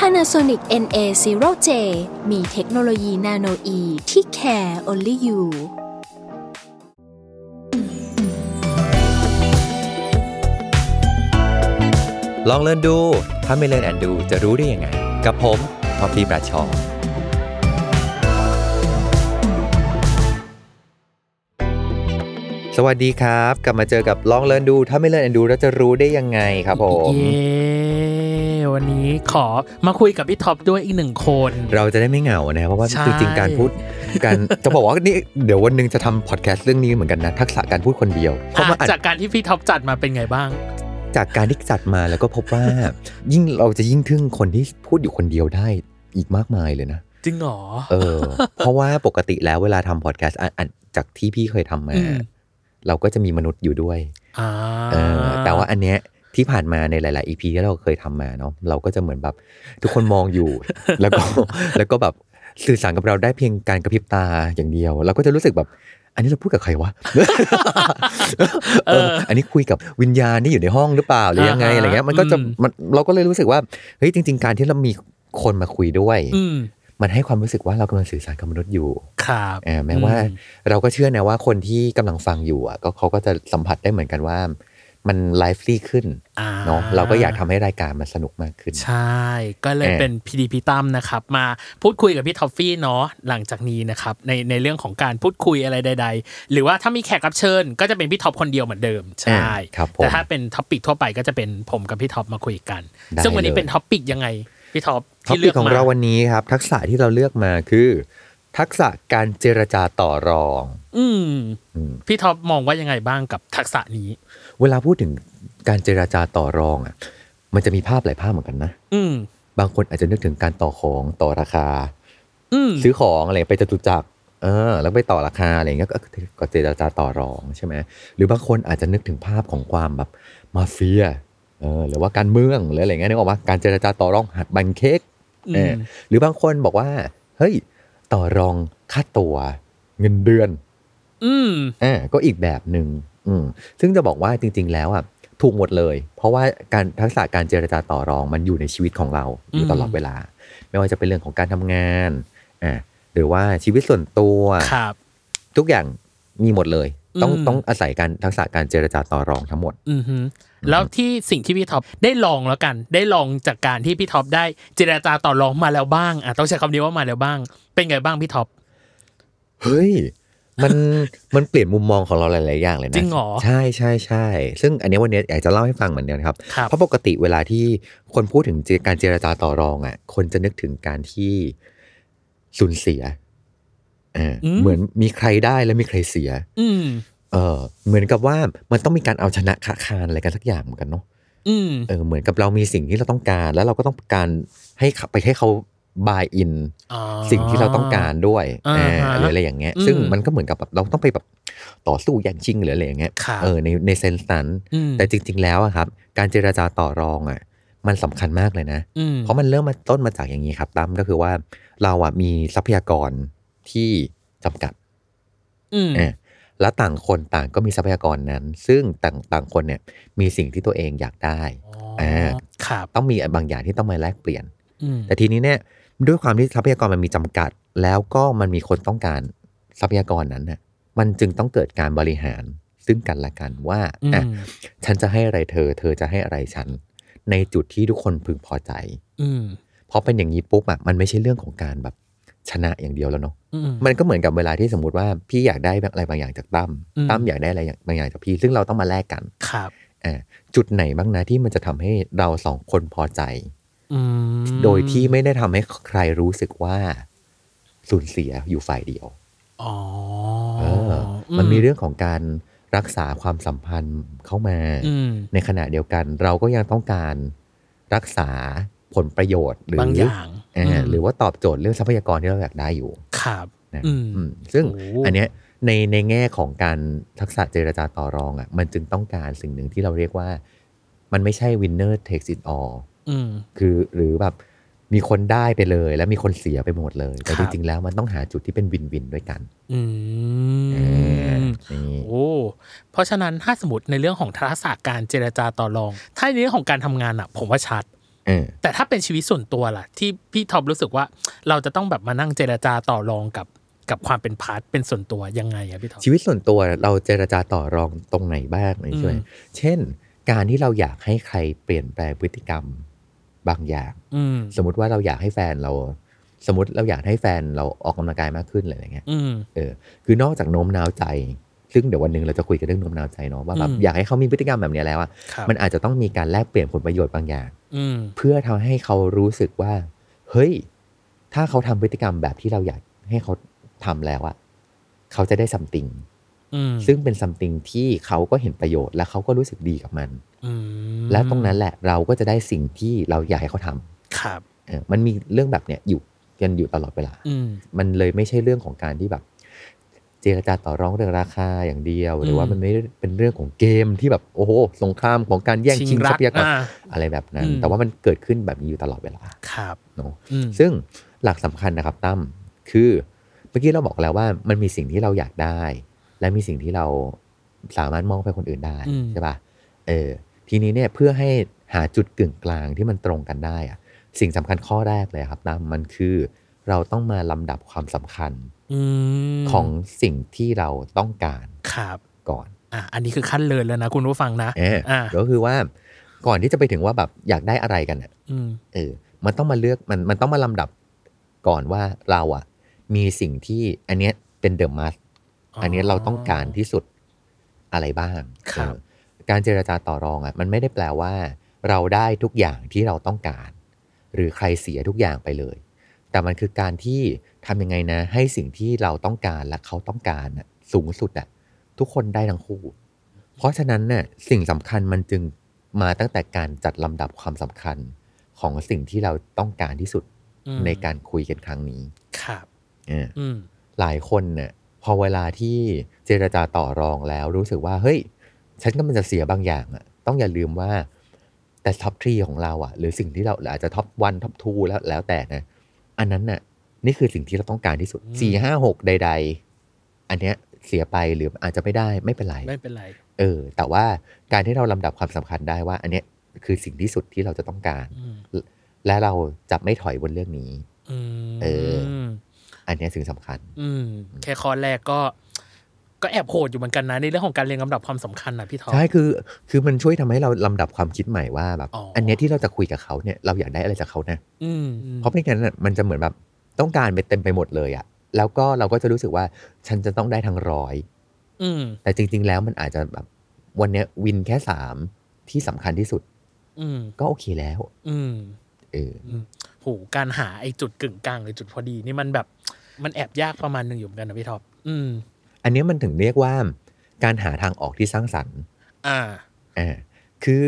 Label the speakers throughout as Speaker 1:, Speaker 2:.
Speaker 1: Panasonic NA0J มีเทคโนโลยีนาโนอีที่ care only you
Speaker 2: ลองเรียนดู ถ้าไม่เรียนแอนดูจะรู้ได้ยังไง กับผมท็อปปี้ประชอสวัสดีครับ กลับมาเจอกับลองเรียนดู ถ้าไม่เรียนแอนดูแล้วจะรู้ได้ยังไงครับผม
Speaker 3: เย้วันนี้ขอมาคุยกับพี่ท็อปด้วยอีกหนึ่งคน
Speaker 2: เราจะได้ไม่เหงานะครับเพราะว่า
Speaker 3: ใช่
Speaker 2: จริงๆการพูดการ จะบอกว่านี่เดี๋ยววันหนึงจะทำพอดแคสต์เรื่องนี้เหมือนกันนะ ทักษะการพูดคนเดียวเพราะ
Speaker 3: อ่ะ
Speaker 2: ว่าอาจ
Speaker 3: จากการที่พี่ท็อปจัดมาเป็นไงบ้าง
Speaker 2: จากการที่จัดมาแล้วก็พบว่า ยิ่งเราจะยิ่งทึ่งคนที่พูดอยู่คนเดียวได้อีกมากมายเลยนะ
Speaker 3: จริงเหรอ
Speaker 2: เออ เพราะว่าปกติแล้วเวลาทำพอดแคสต์อ่ะอ่ะจากที่พี่เคยทำมา
Speaker 3: อืม
Speaker 2: เราก็จะมีมนุษย์อยู่ด้วย
Speaker 3: อ่า
Speaker 2: เออแต่ว่าอันเนี้ยที่ผ่านมาในหลาย ๆ EP ที่เราเคยทำมาเนาะเราก็จะเหมือนแบบทุกคนมองอยู่ แล้วก็แล้วก็แบบสื่อสารกับเราได้เพียงการกระพริบตาอย่างเดียว เราก็จะรู้สึกแบบ อันนี้เราพูดกับใครวะ เออ อันนี้คุยกับวิญญาณที่อยู่ในห้องหรือเปล่าหรือยังไง
Speaker 3: าฮ
Speaker 2: อะไรเงี้ยมันก็จะ
Speaker 3: อื
Speaker 2: มันเราก็เลยรู้สึกว่าเฮ้ยจริง ๆ การที่เรามีคนมาคุยด้วย
Speaker 3: อืม
Speaker 2: มันให้ความรู้สึกว่าเรากำลังสื่อสารกับมนุษย์อยู่
Speaker 3: ครับ
Speaker 2: เออแม้ว่า
Speaker 3: อื
Speaker 2: เราก็เชื่อนะว่าคนที่กำลังฟังอยู่อ่ะก็เขาก็จะสัมผัสได้เหมือนกันว่า มันไลฟ์ลี่ขึ้น
Speaker 3: อ่
Speaker 2: เนาะเราก็อยากทำให้รายการมันสนุกมากขึ้น
Speaker 3: ใช่ ก็เลย
Speaker 2: เออ
Speaker 3: เป็นพีดีพีตั้มนะครับ มาพูดคุยกับพี่ท็อฟฟี่เนาะหลังจากนี้นะครับ ในในเรื่องของการพูดคุยอะไรใด ๆ หรือว่าถ้ามีแขกรับเชิญ ก็จะเป็นพี่ท็อปคนเดียวเหมือนเดิมใช่
Speaker 2: อ่าครับผม
Speaker 3: แต่ถ้าเป็นท็อปปิกทั่วไปก็จะเป็นผมกับพี่ท็อปมาคุยกัน
Speaker 2: ได้
Speaker 3: ซึ่งวันนี้
Speaker 2: เลย
Speaker 3: เป็นท็อปปิกยังไง พี่ท็อป
Speaker 2: ท็อ
Speaker 3: ที่
Speaker 2: ปิ
Speaker 3: เลือก
Speaker 2: กของ
Speaker 3: มา
Speaker 2: เราวันนี้ครับ ทักษะที่เราเลือกมาคือ ทักษะการเจรจาต่อรอง
Speaker 3: อืม
Speaker 2: อืม
Speaker 3: พี่ท็อปมองว่ายังไงบ้างกับทักษะนี้
Speaker 2: เวลาพูดถึงการเจราจาต่อรองอ่ะ มันจะมีภาพหลายภาพเหมือนกันนะ
Speaker 3: อืม
Speaker 2: บางคนอาจจะนึกถึงการต่อของต่อราคา
Speaker 3: อืม
Speaker 2: ซื้อของอะไรไปจตุจักรเออ แล้วไปต่อราคาอะไรเงี้ยก็ก็เจราจาต่อรองใช่ไหมหรือบางคนอาจจะนึกถึงภาพของความแบบมาเฟียเออหรือว่าการเมืองหรืออะไรเงี้ยนึกออกว่าการเจราจาต่อรองหัดบันเค้ก
Speaker 3: อื
Speaker 2: เออ
Speaker 3: ม
Speaker 2: หรือบางคนบอกว่า เฮ้ย ต่อรองค่าตัวเงินเดือน
Speaker 3: อืม
Speaker 2: อ่าก็อีกแบบหนึ่งอืมซึ่งจะบอกว่าจริง ๆ แล้วอ่ะถูกหมดเลย เพราะว่าการทักษะการเจรจาต่อรองมันอยู่ในชีวิตของเราอยู่ตลอด
Speaker 3: อืม
Speaker 2: เวลา ไม่ว่าจะเป็นเรื่องของการทำงานอ่าหรือว่าชีวิตส่วนตัว
Speaker 3: ครับ
Speaker 2: ทุกอย่างมีหมดเลย ต้อง
Speaker 3: อืม
Speaker 2: ต้องอาศัยการทักษะการเจรจาต่อรองทั้งหมด
Speaker 3: อืมฮึแล้วที่สิ่งที่พี่ท็อปได้ลองแล้วกัน ได้ลองจากการที่พี่ท็อปได้เจรจาต่อรองมาแล้วบ้างอ่ะต้องใช้คำนี้ว่ามาแล้วบ้าง เป็นไงบ้างพี่ท็อป
Speaker 2: เฮ้ย มัน มันเปลี่ยนมุมมองของเราหลาย ๆ อย่างเลยนะ
Speaker 3: จริงเหรอ
Speaker 2: ใช่ใช่ใช่ ซึ่งอันนี้วันนี้อยากจะเล่าให้ฟังเหมือนกันครับ
Speaker 3: ครับ
Speaker 2: เพราะปกติเวลาที่คนพูดถึงเจการเจรจาต่อรองอ่ะ คนจะนึกถึงการที่สูญเสียเออ
Speaker 3: อืม
Speaker 2: เหมือนมีใครได้และมีใครเสีย
Speaker 3: อืม
Speaker 2: เออ เหมือนกับว่ามันต้องมีการเอาชนะค้าคานอะไรกันสักอย่างเหมือนกันเนาะ
Speaker 3: อืม
Speaker 2: เออ เหมือนกับเรามีสิ่งที่เราต้องการ แล้วเราก็ต้องการให้เขาไปให้เขาบายอิน
Speaker 3: อ๋อ
Speaker 2: สิ่งที่เราต้องการด้วย
Speaker 3: อ่า
Speaker 2: อ่า
Speaker 3: ฮะ
Speaker 2: หรืออะไรอย่างเงี้ย
Speaker 3: อืม
Speaker 2: ซึ่งมันก็เหมือนกับแบบเราต้องไปแบบต่อสู้แย่งชิงหรืออะไรอย่างเงี้ย
Speaker 3: ครับ
Speaker 2: เออในในเซนส์นั้น
Speaker 3: ม
Speaker 2: แต่จริง ๆ แล้วอะครับ การเจราจาต่อรองอ่ะ มันสำคัญมากเลยนะ
Speaker 3: อืม
Speaker 2: เพราะมันเริ่มมาต้นมาจากอย่างนี้ครับตั้มก็คือว่าเราอ่ะมีทรัพยากรที่จำกัด
Speaker 3: อืม
Speaker 2: เออและต่างคนต่างก็มีทรัพยากรนั้น ซึ่งต่างต่างคนเนี่ยมีสิ่งที่ตัวเองอยากได้
Speaker 3: อ๋อ
Speaker 2: เออ
Speaker 3: ครับ
Speaker 2: ต้องมีบางอย่างที่ต้องมาแลกเปลี่ยน
Speaker 3: อืม
Speaker 2: แต่ทีนี้เนี่ยด้วยความที่ทรัพยากรมันมีจำกัด แล้วก็มันมีคนต้องการทรัพยากรนั้นน่ะมันจึงต้องเกิดการบริหารซึ่งกันและกันว่า
Speaker 3: อื
Speaker 2: อ่ะ
Speaker 3: ม
Speaker 2: ฉันจะให้อะไรเธอ เธอจะให้อะไรฉัน ในจุดที่ทุกคนพึงพอใจ
Speaker 3: อืม
Speaker 2: เพราะเป็นอย่างนี้ปุ๊บอ่ะมันไม่ใช่เรื่องของการแบบชนะอย่างเดียวแล้วเนาะ
Speaker 3: อืม
Speaker 2: มันก็เหมือนกับเวลาที่สมมติว่าพี่อยากได้อะไรบางอย่างจากตั้ม
Speaker 3: อืม
Speaker 2: ตั้มอยากได้อะไรบางอย่างจากพี่ ซึ่งเราต้องมาแลกกัน
Speaker 3: ครับ
Speaker 2: อ่ะจุดไหนบ้างนะที่มันจะทำให้เราสองคนพอใจ
Speaker 3: อืม
Speaker 2: โดยที่ไม่ได้ทำให้ใครรู้สึกว่าสูญเสียอยู่ฝ่ายเดียว
Speaker 3: อ๋อ
Speaker 2: เอออมันมีเรื่องของการรักษาความสัมพันธ์เข้ามา
Speaker 3: อืม
Speaker 2: ในขณะเดียวกัน เราก็ยังต้องการรักษาผ ผลประโยชน์หรื
Speaker 3: บางอย่าง
Speaker 2: อ่า
Speaker 3: อืม
Speaker 2: หรือว่าตอบโจทย์เรื่องทรัพยากรที่เราอยากได้อยู่
Speaker 3: ครับ
Speaker 2: นะ
Speaker 3: อืม
Speaker 2: อืมซึ่ง
Speaker 3: โอ้
Speaker 2: อันเนี้ยในในแง่ของการทักษะเจรจาต่อรองอ่ะมันจึงต้องการสิ่งหนึ่งที่เราเรียกว่า มันไม่ใช่ winner takes it all
Speaker 3: อืม
Speaker 2: คือหรือแบบมีคนได้ไปเลย แล้วมีคนเสียไปหมดเลย แต่
Speaker 3: ค
Speaker 2: จ
Speaker 3: รับ
Speaker 2: ริงๆแล้วมันต้องหาจุดที่เป็นวินวินด้วยกัน
Speaker 3: อื
Speaker 2: เออ
Speaker 3: ม
Speaker 2: นี่
Speaker 3: โอ้เพราะฉะนั้นถ้าสมมติในเรื่องของทักษะการเจรจาต่อรอง ถ้าในเรื่องของการทำงานอะผมว่าชัด
Speaker 2: เออ
Speaker 3: แต่ถ้าเป็นชีวิตส่วนตัวล่ะ ที่พี่ท็อปรู้สึกว่า เราจะต้องแบบมานั่งเจรจาต่อรองกับกับความเป็นพาร์ทเป็นส่วนตัวยังไงอะพี่ท็อป
Speaker 2: ชีวิตส่วนตัวเราเจรจาต่อรองตรงไหนบ้างในช่วย
Speaker 3: อืม
Speaker 2: เช่น การที่เราอยากให้ใครเปลี่ยนแปลงพฤติกรรมบางอย่าง
Speaker 3: อืม
Speaker 2: สมมติว่าเราอยากให้แฟนเรา สมมติเราอยากให้แฟนเราออกกำลังกายมากขึ้นอะไรอย่างเงี้ย
Speaker 3: อืม
Speaker 2: เออคือนอกจากโน้มน้าวใจ ซึ่งเดี๋ยววันหนึ่งเราจะคุยกันเรื่องโน้มน้าวใจเนาะว่าแบบ
Speaker 3: อืม
Speaker 2: อยากให้เขามีพฤติกรรมแบบเนี้ยแล้วอะ
Speaker 3: ครับ
Speaker 2: มันอาจจะต้องมีการแลกเปลี่ยนผลประโยชน์บางอย่าง
Speaker 3: อืม
Speaker 2: เพื่อทำให้เขารู้สึกว่า เฮ้ย ถ้าเขาทำพฤติกรรมแบบที่เราอยากให้เขาทำแล้วอะเขาจะได้ซัมติง
Speaker 3: อืม
Speaker 2: ซึ่งเป็นซัมติงที่เขาก็เห็นประโยชน์และเขาก็รู้สึกดีกับมัน
Speaker 3: อืม
Speaker 2: และตรงนั้นแหละเราก็จะได้สิ่งที่เราอยากให้เขาท
Speaker 3: ครับ
Speaker 2: ำเออมันมีเรื่องแบบเนี้ยอยู่กันอยู่ตลอดเวลา
Speaker 3: อืม
Speaker 2: มันเลยไม่ใช่เรื่องของการที่แบบ เจรจาต่อรองเรื่องราคาอย่างเดียว หรือว่า
Speaker 3: อืม
Speaker 2: มันไม่ได้เป็นเรื่องของเกมที่แบบโอ้โหสงครามของการแย่งชิงทรัพยากร
Speaker 3: อ่
Speaker 2: อะไรแบบนั้น
Speaker 3: อืม
Speaker 2: แต่ว่ามันเกิดขึ้นแบบนี้อยู่ตลอดเวลา
Speaker 3: ครับ
Speaker 2: เนาะ
Speaker 3: อืม
Speaker 2: ซึ่งหลักสำคัญนะครับตั้มคือเมื่อกี้เราบอกแล้วว่ามันมีสิ่งที่เราอยากได้ และมีสิ่งที่เราสามารถมองไปคนอื่นได้
Speaker 3: อืม
Speaker 2: ใช่ปะ่ะเออทีนี้เนี่ยเพื่อให้หาจุดกึ่งกลางที่มันตรงกันได้อะสิ่งสำคัญข้อแรกเลยครับตั้มมันคือเราต้องมาลำดับความสำคัญ
Speaker 3: อืม
Speaker 2: ของสิ่งที่เราต้องการ
Speaker 3: ครับ
Speaker 2: ก่อน
Speaker 3: อ่ะอันนี้คือขั้นเลินแล้วนะคุณผู้ฟังนะ
Speaker 2: เออ
Speaker 3: อ่า
Speaker 2: ก็คือว่าก่อนที่จะไปถึงว่าแบบอยากได้อะไรกันอะ
Speaker 3: อืม
Speaker 2: เออ มันต้องมาเลือกมันมันต้องมาลำดับก่อนว่าเราอะมีสิ่งที่อันเนี้ยเป็นเดอะมัส
Speaker 3: อ๋ออั
Speaker 2: อันเนี้ยเราต้องการที่สุดอะไรบ้าง
Speaker 3: ครับ
Speaker 2: เออการเจรจาต่อรองอะมันไม่ได้แปลว่า เราได้ทุกอย่างที่เราต้องการ หรือใครเสียทุกอย่างไปเลย แต่มันคือการที่ทำยังไงนะ ให้สิ่งที่เราต้องการและเขาต้องการน่ะสูงสุดอะทุกคนได้ทั้งคู่ เพราะฉะนั้นเนี่ยสิ่งสำคัญมันจึงมาตั้งแต่การจัดลำดับความสำคัญ ของสิ่งที่เราต้องการที่สุด
Speaker 3: อืม
Speaker 2: ในการคุยกันครั้งนี้
Speaker 3: ครับ
Speaker 2: เออ
Speaker 3: อืม
Speaker 2: หลายคนเนี่ยพอเวลาที่เจรจาต่อรองแล้วรู้สึกว่า เฮ้ย ฉันก็มันจะเสียบางอย่างอะต้องอย่าลืมว่า แต่ท็อปทรีของเราอะหรือสิ่งที่เราหรืออาจจะท็อปวันท็อปทูแล้วแล้วแต่นะ อันนั้นน่ะ นี่คือสิ่งที่เราต้องการที่สุด
Speaker 3: อืม
Speaker 2: สี่ห้าหกใด ๆ อันเนี้ยเสียไปหรืออาจจะไม่ได้ไม่เป็นไร
Speaker 3: ไม่เป็นไร
Speaker 2: เออ แต่ว่าการที่เราลำดับความสำคัญได้ว่า อันเนี้ยคือสิ่งที่สุดที่เราจะต้องการ
Speaker 3: อืม
Speaker 2: และเราจะไม่ถอยบนเรื่องนี้
Speaker 3: อืม
Speaker 2: เออ อันเนี้ยถึงสำคัญ
Speaker 3: อืม แค่ข้อแรกก็ ก็แอบโหดอยู่เหมือนกันนะ ในเรื่องของการเรียงลำดับความสำคัญนะพี่ท็อป
Speaker 2: ใช่คือคือมันช่วยทำให้เราลำดับความคิดใหม่ว่าแบบ
Speaker 3: อ๋ออั
Speaker 2: อันเนี้ยที่เราจะคุยกับเขาเนี่ยเราอยากได้อะไรจากเขานะ
Speaker 3: อืม
Speaker 2: เพราะไม่งั้นน่ะมันจะเหมือนแบบต้องการไปเต็มไปหมดเลยอะแล้วก็เราก็จะรู้สึกว่าฉันจะต้องได้ทั้งร้อย
Speaker 3: อืม
Speaker 2: แต่จริง ๆ แล้วมันอาจจะแบบวันเนี้ยวินแค่สามที่สำคัญที่สุด
Speaker 3: อืม
Speaker 2: ก็โอเคแล้ว
Speaker 3: อืม
Speaker 2: เออ
Speaker 3: อืมโหการหาไอ้จุดกึ่งกลางหรือจุดพอดี นี่มันแบบ มันแอบยากประมาณหนึ่งอยู่เหมือนกันนะพี่ท็อป อืม
Speaker 2: อันเนี้ยมันถึงเรียกว่า การหาทางออกที่สร้างสรรค์
Speaker 3: อ่า
Speaker 2: อ่าคือ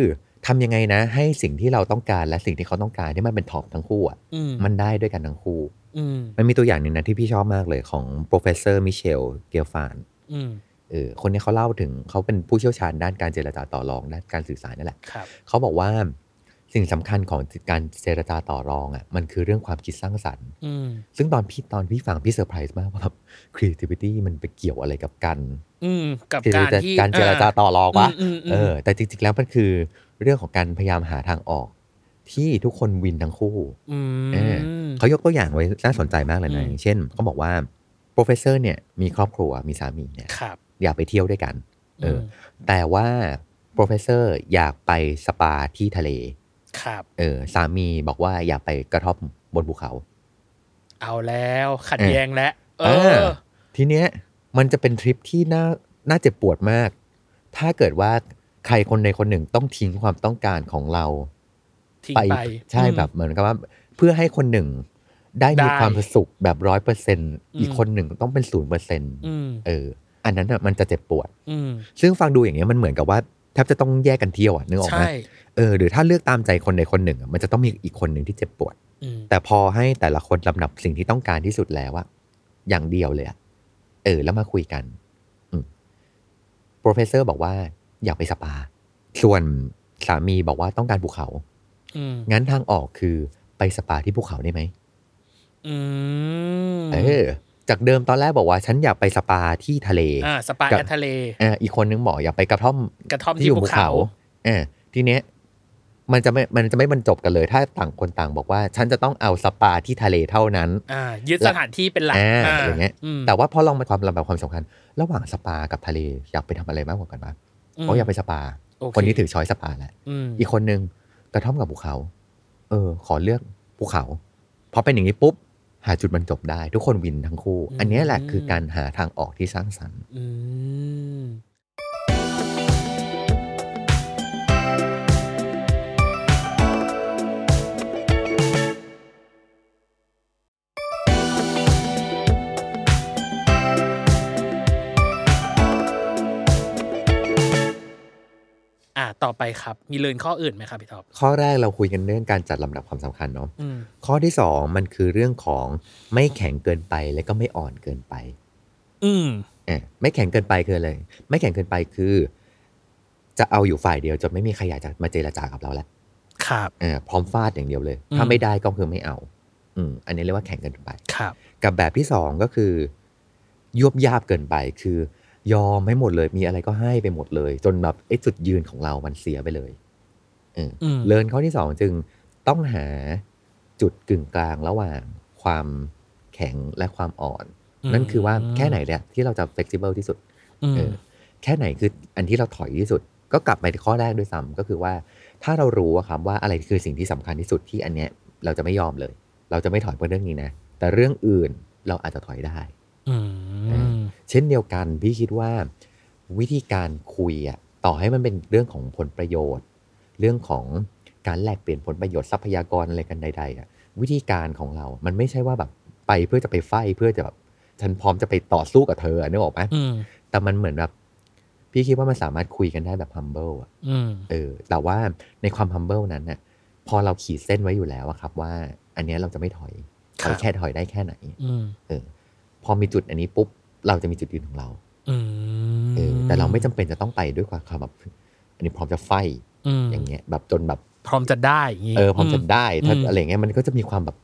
Speaker 2: ทำยังไงนะ ให้สิ่งที่เราต้องการและสิ่งที่เขาต้องการที่มันเป็นท็อปทั้งคู่อะ
Speaker 3: อืม
Speaker 2: มันได้ด้วยกันทั้งคู่
Speaker 3: อืม
Speaker 2: มันมีตัวอย่างหนึ่งนะที่พี่ชอบมากเลยของ professor Michel g e l f a n
Speaker 3: อืม
Speaker 2: เออคนนี้เขาเล่าถึงเขาเป็นผู้เชี่ยวชาญด้านการเจรจาต่อรองด้านการสื่อสารนั่นแหละ
Speaker 3: ครับ
Speaker 2: เขาบอกว่าสิ่งสำคัญของการเจรจาต่อรองอะ่ะมันคือเรื่องความคิดสร้างสรรค์
Speaker 3: อืม
Speaker 2: ซึ่งตอนพี่ตอนพี่ฟังพี่เซอร์ไพรส์มากว่าแบบ creativity มันไปเกี่ยวอะไรกับการ
Speaker 3: อืม กับ
Speaker 2: เจร
Speaker 3: การ
Speaker 2: จา
Speaker 3: ที่
Speaker 2: การเจรจาต่อรองวะ
Speaker 3: อืมอืม
Speaker 2: เออแต่จริงๆแล้วมันคือเรื่องของการพยายามหาทางออก ที่ทุกคนวินทั้งคู่
Speaker 3: อืม
Speaker 2: เออ เขายกตัวอย่างไว้น่าสนใจมากเลย
Speaker 3: อื
Speaker 2: นะ
Speaker 3: ม
Speaker 2: อย่างเช่นเขาบอกว่า professor เนี่ยมีครอบครัวมีสามีเนี่ย
Speaker 3: ครับ
Speaker 2: อยากไปเที่ยวด้วยกัน เอออ
Speaker 3: ม
Speaker 2: แต่ว่า professor อยากไปสปาที่ทะเล
Speaker 3: ครับ
Speaker 2: เออสามีบอกว่าอยากไปกระท่อมบนภูเขา
Speaker 3: เอาแล้วขัด
Speaker 2: เออ
Speaker 3: แย้งแล้วเออ
Speaker 2: ทีเนี้ยมันจะเป็นทริปที่น่าน่าเจ็บปวดมาก ถ้าเกิดว่าใครคนใดคนหนึ่งต้องทิ้งความต้องการของเรา
Speaker 3: ทิ้งไป
Speaker 2: ใช่
Speaker 3: อืม
Speaker 2: แบบเหมือนกับว่า เพื่อให้คนหนึ่งได้มี
Speaker 3: ได้
Speaker 2: ความสุขแบบร้อยเปอร์เซ็นอีก
Speaker 3: อืม
Speaker 2: คนหนึ่งต้องเป็นศูนย์เปอร์เซ็น
Speaker 3: อืม
Speaker 2: เออ อันนั้นน่ะมันจะเจ็บปวด
Speaker 3: อืม
Speaker 2: ซึ่งฟังดูอย่างเงี้ยมันเหมือนกับว่า บจะต้องแยกกันเที่ยวอะนึกออกไหม
Speaker 3: ใช่
Speaker 2: เออหรือถ้าเลือกตามใจคนใดคนหนึ่งอะมันจะต้องมีอีกคนหนึ่งที่เจ็บปวด
Speaker 3: อืม
Speaker 2: แต่พอให้แต่ละคนลำดับสิ่งที่ต้องการที่สุดแล้วอะอย่างเดียวเลยอะเออ แล้วมาคุยกัน อืมโปรเฟสเซอร์บอกว่า อยากไปสปา ส่วนสามีบอกว่าต้องการภูเขา
Speaker 3: อืม
Speaker 2: งั้นทางออกคือไปสปาที่ภูเขาได้ไหม
Speaker 3: อืม
Speaker 2: เออ จากเดิมตอนแรกบอกว่า ฉันอยากไปสปาที่ทะเล
Speaker 3: อ่าสปา
Speaker 2: กับ
Speaker 3: แอทะเล
Speaker 2: เอ่ออีกคนนึงบอกอยากไปกระท่อม
Speaker 3: กระท่อมที่ภูเขา
Speaker 2: เออทีเนี้ยมันจะไม่ มันจะไม่บรรจบกันเลย ถ้าต่างคนต่างบอกว่า ฉันจะต้องเอาสปาที่ทะเลเท่านั้น
Speaker 3: อ่ายึดสถานที่เป็นหลัก
Speaker 2: อ่าอย่างเงี้ย
Speaker 3: ม
Speaker 2: แต่ว่าพอลองมาความลำดับความสำคัญ ระหว่างสปากับทะเลอยากไปทำอะไรมากกว่ากันบ้าง
Speaker 3: ม
Speaker 2: เขาอยากไปสปา
Speaker 3: โอเค
Speaker 2: คนนี้ถือช้อยสปาแหละ
Speaker 3: อืม
Speaker 2: อีกคนนึงกระท่อมกับภูเขา เออ ขอเลือกภูเขาพอเป็นอย่างนี้ปุ๊บ หาจุดบรรจบได้ ทุกคนวินทั้งคู่ อันเนี้ยแหละคือการหาทางออกที่สร้างสรรค์
Speaker 3: อืมอ่าต่อไปครับ มีเลินข้ออื่นไหมครับพี่ท็อป
Speaker 2: ข้อแรกเราคุยกันเรื่องการจัดลำดับความสำคัญเนาะ
Speaker 3: อืม
Speaker 2: ข้อที่สองมันคือเรื่องของไม่แข็งเกินไปและก็ไม่อ่อนเกินไป
Speaker 3: อืม
Speaker 2: อ่ะไม่แข็งเกินไปคืออะไรไม่แข็งเกินไปคือ จะเอาอยู่ฝ่ายเดียวจนไม่มีใครอยากจะมาเจราจากับเราแล้ว
Speaker 3: ครับ
Speaker 2: เออพร้อมฟาดอย่างเดียวเลย
Speaker 3: อืม
Speaker 2: ถ้าไม่ได้ก็คือไม่เอา อืมอันนี้เรียกว่าแข็งเกินไป
Speaker 3: ครับ
Speaker 2: กับแบบที่สองก็คือยวบยาบเกินไปคือ ยอมให้หมดเลยมีอะไรก็ให้ไปหมดเลย จนแบบไอ้จุดยืนของเรามันเสียไปเลยเออ
Speaker 3: อืม
Speaker 2: เลิร์นข้อที่สองจึงต้องหาจุดกึ่งกลางระหว่างความแข็งและความอ่อน นั่นคือว่าแค่ไหนเนี่ยที่เราจะ flexible ที่สุด
Speaker 3: อืม
Speaker 2: เออแค่ไหนคืออันที่เราถอยที่สุด ก็กลับไปข้อแรกด้วยซ้ำก็คือว่า ถ้าเรารู้อะครับว่าอะไรคือสิ่งที่สำคัญที่สุดที่อันเนี้ยเราจะไม่ยอมเลย เราจะไม่ถอยเพื่อเรื่องนี้นะ แต่เรื่องอื่นเราอาจจะถอยได้
Speaker 3: อืม
Speaker 2: เช่นเดียวกันพี่คิดว่าวิธีการคุยอะต่อให้มันเป็นเรื่องของผลประโยชน์ เรื่องของการแลกเปลี่ยนผลประโยชน์ทรัพยากรอะไรกันใดๆอะวิธีการของเรา มันไม่ใช่ว่าแบบไปเพื่อจะไปไฟท์เพื่อจะแบบฉันพร้อมจะไปต่อสู้กับเธออะนึกออกไหม
Speaker 3: อืม
Speaker 2: แต่มันเหมือนแบบ พี่คิดว่ามันสามารถคุยกันได้แบบ humble อะ
Speaker 3: อืม
Speaker 2: เออ แต่ว่าในความ humble นั้นน่ะพอเราขีดเส้นไว้อยู่แล้วอะครับ ว่า อันเนี้ยเราจะไม่ถอย
Speaker 3: ครับ
Speaker 2: เราแค่ถอยได้แค่ไหน
Speaker 3: อืม
Speaker 2: เออ พอมีจุดอันนี้ปุ๊บ เราจะมีจุดยืนของเรา
Speaker 3: อืม
Speaker 2: เออ แต่เราไม่จำเป็นจะต้องไปด้วยความแบบ อันนี้พร้อมจะไฟท์
Speaker 3: ม
Speaker 2: อย่างเงี้ย แบบจนแบบ
Speaker 3: พร้อมจะได้อย่างงี้
Speaker 2: เออพร้อมจะได้ถ้า
Speaker 3: อืม
Speaker 2: อะไรเงี้ยมันก็จะมีความแบบ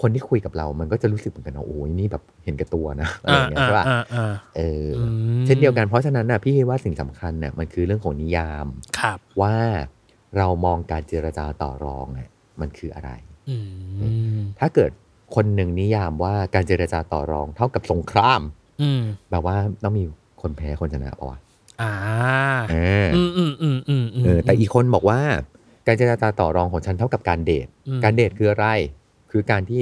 Speaker 2: คนที่คุยกับเรา มันก็จะรู้สึกเหมือนกันนะโอ้ยนี่แบบเห็นแกัตัวนะอะไรอย่างเงี้ยใช่ป่ะ
Speaker 3: อ่าอ่า
Speaker 2: เอออ
Speaker 3: อ่า
Speaker 2: เช่นเดียวกันเพราะฉะนั้นน่ะพี่คิดว่าสิ่งสำคัญน่ะมันคือเรื่องของนิยาม
Speaker 3: ครับ
Speaker 2: ว่าเรามองการเจรจาต่อรองน่ะมันคืออะไร
Speaker 3: อืม
Speaker 2: ถ้าเกิดคนหนึ่งนิยามว่าการเจรจาต่อรองเท่ากับสงคราม
Speaker 3: อืม
Speaker 2: แบบว่าต้องมีคนแพ้คนชนะปะวะ
Speaker 3: อ่า
Speaker 2: เออ
Speaker 3: อืมอืมอืมอืมม
Speaker 2: เออแต่อีกคนบอกว่า การเจรจาต่อรองของฉันเท่ากับการเดท
Speaker 3: อืม
Speaker 2: การเดทคืออะไร คือการที่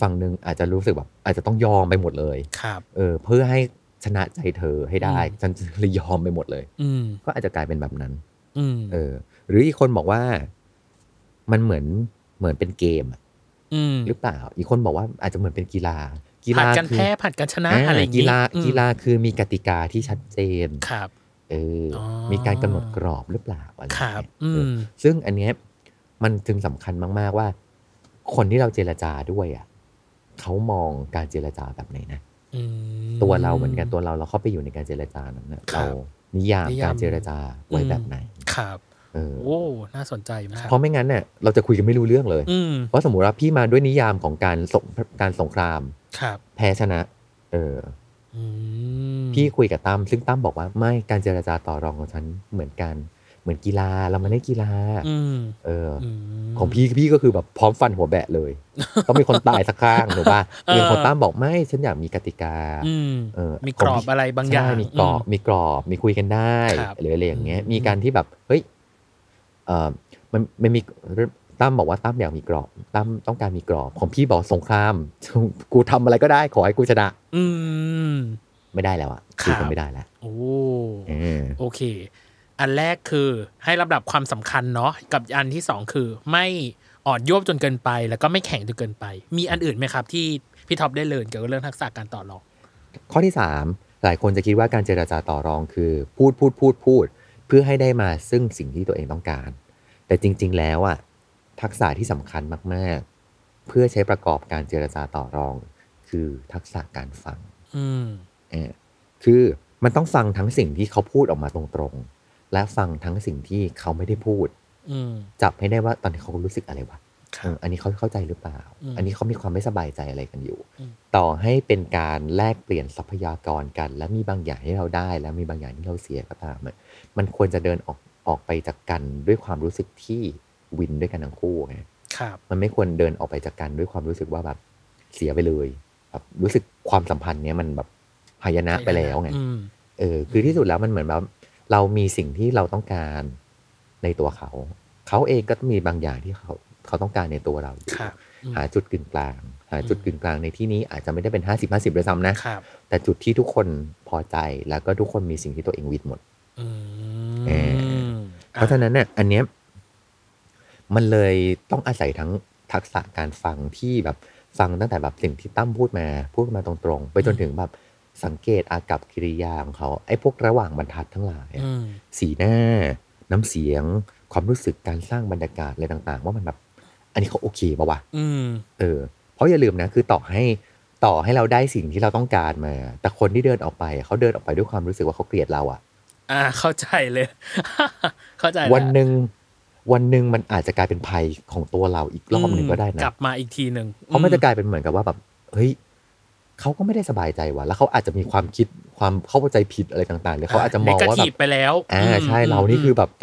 Speaker 2: ฝั่งหนึ่งอาจจะรู้สึกแบบอาจจะต้องยอมไปหมดเลย
Speaker 3: ครับ
Speaker 2: เออเพื่อให้ชนะใจเธอให้ได้
Speaker 3: อืม
Speaker 2: ฉันจะ เลยยอมไปหมดเลย
Speaker 3: อืม
Speaker 2: ก็อาจจะกลายเป็นแบบนั้น
Speaker 3: อืม
Speaker 2: เออหรืออีกคนบอกว่ามันเหมือนเหมือนเป็นเกมอะ
Speaker 3: อืม
Speaker 2: หรือเปล่า อีกคนบอกว่าอาจจะเหมือนเป็นกีฬา กี
Speaker 3: ผั
Speaker 2: ฬา
Speaker 3: ดกัน
Speaker 2: คื
Speaker 3: แพ้ผัดกันชนะ
Speaker 2: อ่า
Speaker 3: อะไรอย่าง
Speaker 2: กีฬา
Speaker 3: อืม
Speaker 2: กีฬาคือมีกติกาที่ชัดเจน
Speaker 3: ครับ
Speaker 2: เอออ
Speaker 3: อ
Speaker 2: มีการกำหนดกรอบหรือเปล่าอะไร
Speaker 3: ครับ
Speaker 2: เงี้ย
Speaker 3: อื
Speaker 2: เอ
Speaker 3: ม
Speaker 2: อซึ่งอันเนี้ยมันจึงสำคัญมาก ๆ ว่า คนที่เราเจรจาด้วยอ่ะเขามองการเจรจาแบบไหนนะ
Speaker 3: อืม
Speaker 2: ตัวเราเหมือนกันตัวเราเราเข้าไปอยู่ในการเจรจานั้นนะ
Speaker 3: ครั
Speaker 2: เรา
Speaker 3: บ
Speaker 2: นิยาม
Speaker 3: นิยาม
Speaker 2: การเจรจาไว้แบบไหน
Speaker 3: ครับ
Speaker 2: เออ
Speaker 3: โอ้ น่าสนใจมาก
Speaker 2: เพราะไม่งั้นเนี่ยเราจะคุยกันไม่รู้เรื่องเลย
Speaker 3: อืม
Speaker 2: เพราะสมมติว่าพี่มาด้วยนิยามของการสงการสงคราม
Speaker 3: ครับ
Speaker 2: แพ้ชนะ เออ
Speaker 3: อืม
Speaker 2: อพี่คุยกับตั้มซึ่งตั้มบอกว่าไม่การเจรจาต่อรองของฉันเหมือนกัน เหมือนกีฬาเรามาเล่นกีฬา
Speaker 3: อืม
Speaker 2: เอออ
Speaker 3: ม
Speaker 2: ของพี่พี่ก็คือแบบพร้อมฟันหัวแบะเลย ต้องมีคนตายสักข้างหรือว่า
Speaker 3: เออ
Speaker 2: มีคนตั้มบอกไม่ฉันอยากมีกติกา
Speaker 3: อืม
Speaker 2: เออ
Speaker 3: มีกรอ
Speaker 2: ข
Speaker 3: บ
Speaker 2: องพี่
Speaker 3: อะไรบางอย่าง
Speaker 2: ใช่มีกรอบ
Speaker 3: ม
Speaker 2: มีกรอบมีคุยกันได้
Speaker 3: ครับ
Speaker 2: หรืออะไรอย่างเงี้ย
Speaker 3: อืม
Speaker 2: มีการที่แบบเฮ้ยเออมันมันมีตั้มบอกว่าตั้มอยากมีกรอบตั้มต้องการมีกรอบของพี่บอกสงคราม กูทำอะไรก็ได้ขอให้กูชนะ
Speaker 3: อืม
Speaker 2: ไม่ได้แล้วอะ
Speaker 3: ครับ
Speaker 2: คือกันไม่ได้แล้ว
Speaker 3: โอ้
Speaker 2: เออ
Speaker 3: โอเค อันแรกคือให้ลำดับความสำคัญเนาะ กับอันที่สองคือไม่ออดโยบจนเกินไป แล้วก็ไม่แข็งจนเกินไป มีอันอื่นไหมครับ ที่พี่ท็อปได้เรียนเกี่ยวกับเรื่องทักษะการต่อรอง
Speaker 2: ข้อที่สามหลายคนจะคิดว่าการเจราจาต่อรองคือ พูดพูดพูดพูด เพื่อให้ได้มาซึ่งสิ่งที่ตัวเองต้องการ แต่จริง ๆ แล้วอะทักษะที่สำคัญมาก ๆ เพื่อใช้ประกอบการเจรจาต่อรอง คือทักษะการฟัง
Speaker 3: อืม
Speaker 2: เออคือมันต้องฟังทั้งสิ่งที่เขาพูดออกมาตรงๆ และฟังทั้งสิ่งที่เขาไม่ได้พูด
Speaker 3: อืม
Speaker 2: จับให้ได้ว่าตอนที่เขารู้สึกอะไรวะ
Speaker 3: ค
Speaker 2: เอ
Speaker 3: รับ
Speaker 2: ออันนี้เขาเข้าใจหรือเปล่า
Speaker 3: อืม
Speaker 2: อันนี้เขามีความไม่สบายใจอะไรกันอยู่
Speaker 3: อืม
Speaker 2: ต่อให้เป็นการแลกเปลี่ยนทรัพยากรกัน และมีบางอย่างที่เราได้ และมีบางอย่างที่เราเสียก็ตามอะมันควรจะเดินออกออกไปจากกันด้วยความรู้สึกที่วินด้วยกันทั้งคู่ไง
Speaker 3: ครับ
Speaker 2: มันไม่ควรเดินออกไปจากกันด้วยความรู้สึกว่าแบบเสียไปเลยแบบรู้สึกความสัมพันธ์เนี้ยมันแบบหายนะไปแล้วไง
Speaker 3: อืม
Speaker 2: เออคือที่สุดแล้วมันเหมือนแบบเรามีสิ่งที่เราต้องการในตัวเขา เขาเองก็มีบางอย่างที่เขาเขาต้องการในตัวเราอยู่
Speaker 3: ครับอืม
Speaker 2: หาจุดกึ่งกลาง หาจุด
Speaker 3: อืม
Speaker 2: กึ่งกลางในที่นี้อาจจะไม่ได้เป็น 50 50ด้วยซ้ำนะครับ แต่จุดที่ทุกคนพอใจแล้วก็ทุกคนมีสิ่งที่ตัวเองวิดหมด
Speaker 3: อื
Speaker 2: เอ
Speaker 3: ม
Speaker 2: เพราะฉะนั้นเนี่ยอันเนี้ยมันเลยต้องอาศัยทั้งทักษะการฟังที่แบบฟังตั้งแต่แบบสิ่งที่ตั้มพูดมา พูดมาตรงๆ ไปจนถึงแบบสังเกตอากับกิริยาของเขาไอ้พวกระหว่างบรรทัดทั้งหลายอะ
Speaker 3: อืม
Speaker 2: สีหน้า น้ำเสียง ความรู้สึกการสร้างบรรยากาศอะไรต่าง ๆ ว่ามันแบบ อันนี้เขาโอเคปะวะ
Speaker 3: อืม
Speaker 2: เออเพราะอย่าลืมนะคือต่อให้ต่อให้เราได้สิ่งที่เราต้องการมา แต่คนที่เดินออกไปเขาเดินออกไปด้วยความรู้สึกว่าเขาเกลียดเราอะ
Speaker 3: อ่า เข้าใจเลย เข้าใจแล้ว
Speaker 2: วันหนึ่งวันหนึ่งมันอาจจะกลายเป็นภัยของตัวเราอีกรอบหนึ่งก็ได้นะ
Speaker 3: กลับมาอีกทีหนึ่ง
Speaker 2: เพราะมันจะกลายเป็นเหมือนกับว่าแบบเฮ้ยเขาก็ไม่ได้สบายใจว่ะแล้วเขาอาจจะมีความคิดความเข้าใจผิดอะไรต่างๆหรือเขาอาจจะมองว่าแบ
Speaker 3: เนกทีฟ
Speaker 2: บ
Speaker 3: ไปแล้ว
Speaker 2: อ่าใช่
Speaker 3: อืม
Speaker 2: เรานี่คือแบบไป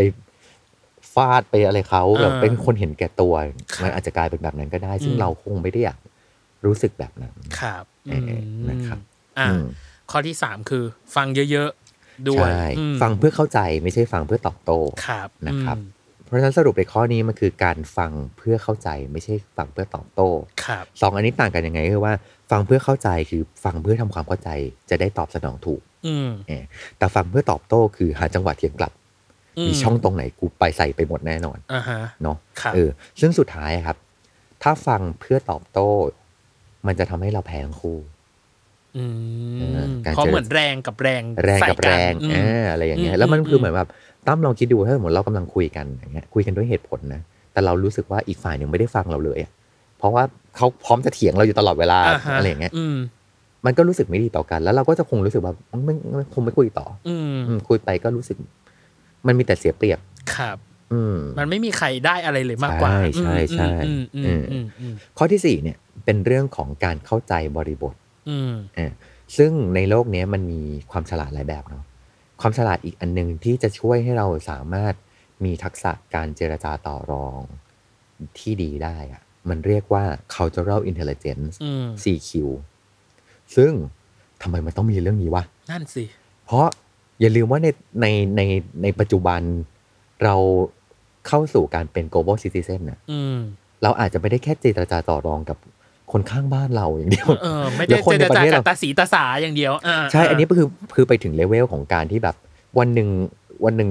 Speaker 2: ฟาดไปอะไรเขา
Speaker 3: อ่า
Speaker 2: แบบเป็นคนเห็นแก่ตัว
Speaker 3: ครับ
Speaker 2: มันอาจจะกลายเป็นแบบนั้นก็ได้ ซึ่ง
Speaker 3: อืม
Speaker 2: เราคงไม่ได้อยากรู้สึกแบบนั้น
Speaker 3: ครับ
Speaker 2: เออนะครับ
Speaker 3: อ่า
Speaker 2: อืม
Speaker 3: ข้อที่สามคือ ฟังเยอะๆด้วย
Speaker 2: ใช่
Speaker 3: อืม
Speaker 2: ฟังเพื่อเข้าใจไม่ใช่ฟังเพื่อตอบโต้
Speaker 3: ครับ
Speaker 2: นะครับ
Speaker 3: อืม
Speaker 2: เพราะฉะนั้นสรุปในข้อนี้มันคือการฟังเพื่อเข้าใจไม่ใช่ฟังเพื่อตอบโต้
Speaker 3: ครับ
Speaker 2: สองอันนี้ต่างกันยังไงก็คือว่า ฟังเพื่อเข้าใจคือฟังเพื่อทำความเข้าใจจะได้ตอบสนองถูก
Speaker 3: อืม
Speaker 2: แต่ฟังเพื่อตอบโต้คือหาจังหวะเทียงกลับ
Speaker 3: ม
Speaker 2: มีช่องตรงไหนกูไปใส่ไปหมดแน่นอน
Speaker 3: อ่าฮะ
Speaker 2: เนาะ
Speaker 3: ครับ
Speaker 2: เออซึ่งสุดท้ายอะครับ ถ้าฟังเพื่อตอบโต้ มันจะทำให้เราแพ้ทั้งคู่
Speaker 3: ม
Speaker 2: เออการ
Speaker 3: เพราะเหมือนแรงกับแรง
Speaker 2: แรง
Speaker 3: ใส่
Speaker 2: กับแรง
Speaker 3: อืม
Speaker 2: อ่าอะไรอย่างเงี้
Speaker 3: อื
Speaker 2: ย
Speaker 3: ม
Speaker 2: แล้วมัน
Speaker 3: อืม
Speaker 2: คือเหมือนแบบตั้มลองคิดดูถ้าสมมติเรากำลังคุยกันอย่างเงี้ยคุยกันด้วยเหตุผลนะแต่เรารู้สึกว่าอีกฝ่ายหนึ่งไม่ได้ฟังเราเลยอะเพราะว่าเขาพร้อมจะเถียงเราอยู่ตลอดเวลา
Speaker 3: าฮ
Speaker 2: อะไรอย่างเงี้ย
Speaker 3: อืม
Speaker 2: มันก็รู้สึกไม่ดีต่อกัน แล้วเราก็จะคงรู้สึกว่าไม่ไม่คงไม่คุยต่อ
Speaker 3: อืม
Speaker 2: ออืมคุยไปก็รู้สึก มันมีแต่เสียเปรียบ
Speaker 3: ครับ
Speaker 2: อืม
Speaker 3: มันไม่มีใครได้อะไรเลยมากกว่า
Speaker 2: ใช่ใช่
Speaker 3: อืมอืมอืมอืม
Speaker 2: ม ข้อที่สี่เนี่ยเป็นเรื่องของการเข้าใจบริบท
Speaker 3: อืม
Speaker 2: ซึ่งในโลกเนี้ยมันมีความฉลาดหลายแบบเนาะความฉลาดอีกอันหนึ่งที่จะช่วยให้เราสามารถมีทักษะการเจรจาต่อรองที่ดีได้อะมันเรียกว่า cultural intelligence
Speaker 3: อืม
Speaker 2: CQ ซึ่งทำไมมันต้องมีเรื่องนี้วะ
Speaker 3: นั่นสิ
Speaker 2: เพราะอย่าลืมว่าในในในในปัจจุบันเราเข้าสู่การเป็น global citizen นะ
Speaker 3: อืม
Speaker 2: เราอาจจะไม่ได้แค่เจรจาต่อรองกับคนข้างบ้านเราอย่างเดียว
Speaker 3: เออ ไม่ได้
Speaker 2: แล้วคน
Speaker 3: เจ
Speaker 2: ใน
Speaker 3: ร
Speaker 2: ประ
Speaker 3: จา
Speaker 2: เทศ
Speaker 3: กับ
Speaker 2: เรา
Speaker 3: ตาสีตาสาอย่างเดียวอ่า
Speaker 2: ใช่ อันนี้ก็คือคือไปถึงเลเวลของการที่แบบวันหนึ่งวันหนึ่ง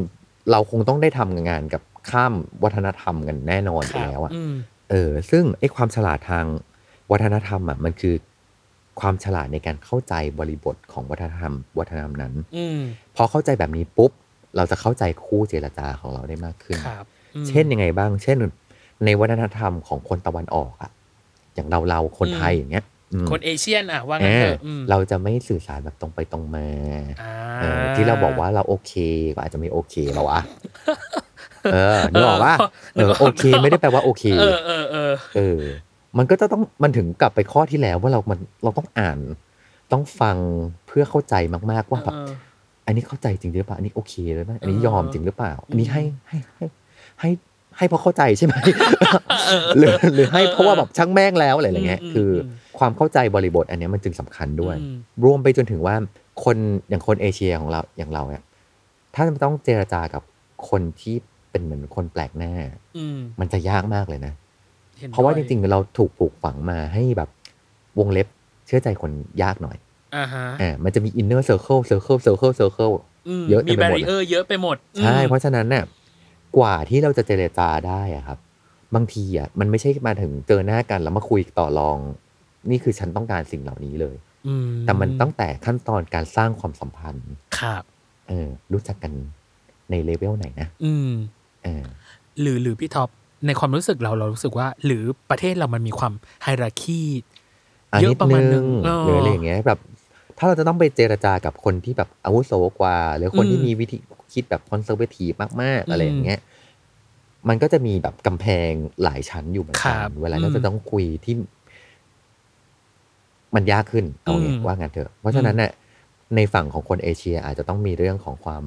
Speaker 2: เราคงต้องได้ทำงานกับข้ามวัฒนธรรมกันแน่นอนอยู่แล้วอะ
Speaker 3: อืม
Speaker 2: เออ ซึ่งไอ้ความฉลาดทางวัฒนธรรมอะมันคือความฉลาดในการเข้าใจบริบทของวัฒนธรรม วัฒนธรรมนั้น
Speaker 3: อืม
Speaker 2: พอเข้าใจแบบนี้ปุ๊บ เราจะเข้าใจคู่เจรจาของเราได้มากขึ้น
Speaker 3: ครับอืม
Speaker 2: เช่นยังไงบ้าง เช่น ในวัฒนธรรมของคนตะวันออกอะอย่างเราเราๆคนไทย
Speaker 3: อืม
Speaker 2: อย่างเงี้ยอืม
Speaker 3: คนเอเชียนอ่ะว่างั้น
Speaker 2: อ่า
Speaker 3: เถอะอืม
Speaker 2: เราจะไม่สื่อสารแบบตรงไปตรงมา
Speaker 3: อ่า
Speaker 2: เออที่เราบอกว่าเราโอเคก็อาจจะไม่โอเคหร อวะ เออนึกออกว่า
Speaker 3: เอ
Speaker 2: เออ
Speaker 3: อนึกออก
Speaker 2: โอ เคไม่ได้แปลว่าโอเค
Speaker 3: เออเออเออ
Speaker 2: เออ มันก็จะต้องมันถึงกลับไปข้อที่แล้วว่าเรามันเราต้องอ่าน ต้องฟังเพื่อเข้าใจมากๆว่าแบบ
Speaker 3: เออ
Speaker 2: อันนี้เข้าใจจริงหรือเปล่าอันนี้โอเคหรือเปล่าอันนี้
Speaker 3: เออย
Speaker 2: อมจริงหรือเปล่า อันนี้
Speaker 3: อืม
Speaker 2: ให้ให้ให้ให้ให้เพราะเข้าใจใช่ ไหม หรือหรือให้เพราะว่าแบบช่างแม่งแล้วอะไรอย่างเงี้ย
Speaker 3: อืม
Speaker 2: คืออ
Speaker 3: ม
Speaker 2: ความเข้าใจบริบทอันเนี้ยมันจึงสำคัญด้วย
Speaker 3: อืม
Speaker 2: รวมไปจนถึงว่าคนอย่างคนเอเชียของเราอย่างเราเนี่ยถ้าจะต้องเจราจากับคนที่เป็นเหมือนคนแปลกหน้า
Speaker 3: อืม
Speaker 2: มันจะยากมากเลยนะ
Speaker 3: ห็น
Speaker 2: เพราะว่าจ
Speaker 3: ด้ย
Speaker 2: ริงๆ เราถูกปลูกฝังมาให้แบบวงเล็บเชื่อใจคนยากหน่อย
Speaker 3: อ่าฮะ
Speaker 2: อ่ามันจะมีอินเนอร์เซอร์เคิลเซอร์เคิลเซอร์เคิลเซอร์เคิล
Speaker 3: ม
Speaker 2: เยอะเต็
Speaker 3: มี
Speaker 2: มไป
Speaker 3: แบ
Speaker 2: หมด
Speaker 3: รีเออร์เยอะไปหมดอืม
Speaker 2: ใช่ เพราะฉะนั้นเนี่ยกว่าที่เราจะเจรจาได้อะครับ บางทีอ่ะมันไม่ใช่มาถึงเจอหน้ากันแล้วมาคุยต่อรอง นี่คือฉันต้องการสิ่งเหล่านี้เลย
Speaker 3: อื
Speaker 2: แต่มันตั้งแต่ขั้นตอนการสร้างความสัมพันธ์
Speaker 3: ครับ
Speaker 2: เออรู้จักกัน ในเลเวลไหนนะ
Speaker 3: อืม
Speaker 2: เออ
Speaker 3: หรือหรือพี่ท็อปในความรู้สึกเราเรารู้สึกว่า หรือประเทศเรามันมีความไฮรักี
Speaker 2: อัน
Speaker 3: เยอะ
Speaker 2: นิด
Speaker 3: ประมาณ
Speaker 2: นึง
Speaker 3: นึงเออ
Speaker 2: หรืออะไรอย่างเงี้ยแบบ ถ้าเราจะต้องไปเจรจากับคนที่แบบอาวุโสกว่า หรือคน
Speaker 3: อืม
Speaker 2: ที่มีวิธีคิดแบบคอนเซอร์เวทีฟมาก ๆ อะไร
Speaker 3: อืม
Speaker 2: อย่างเงี้ยมันก็จะมีแบบกำแพงหลายชั้นอยู่เหมือน
Speaker 3: ครั
Speaker 2: กัน
Speaker 3: บ
Speaker 2: เวลาเราจะต้องคุยที่ มันยากขึ้นเอาไง
Speaker 3: อืม
Speaker 2: ว่างั้นเถอะ เพราะฉะนั้นเนี่ยในฝั่งของคนเอเชียอาจจะต้องมีเรื่องของความ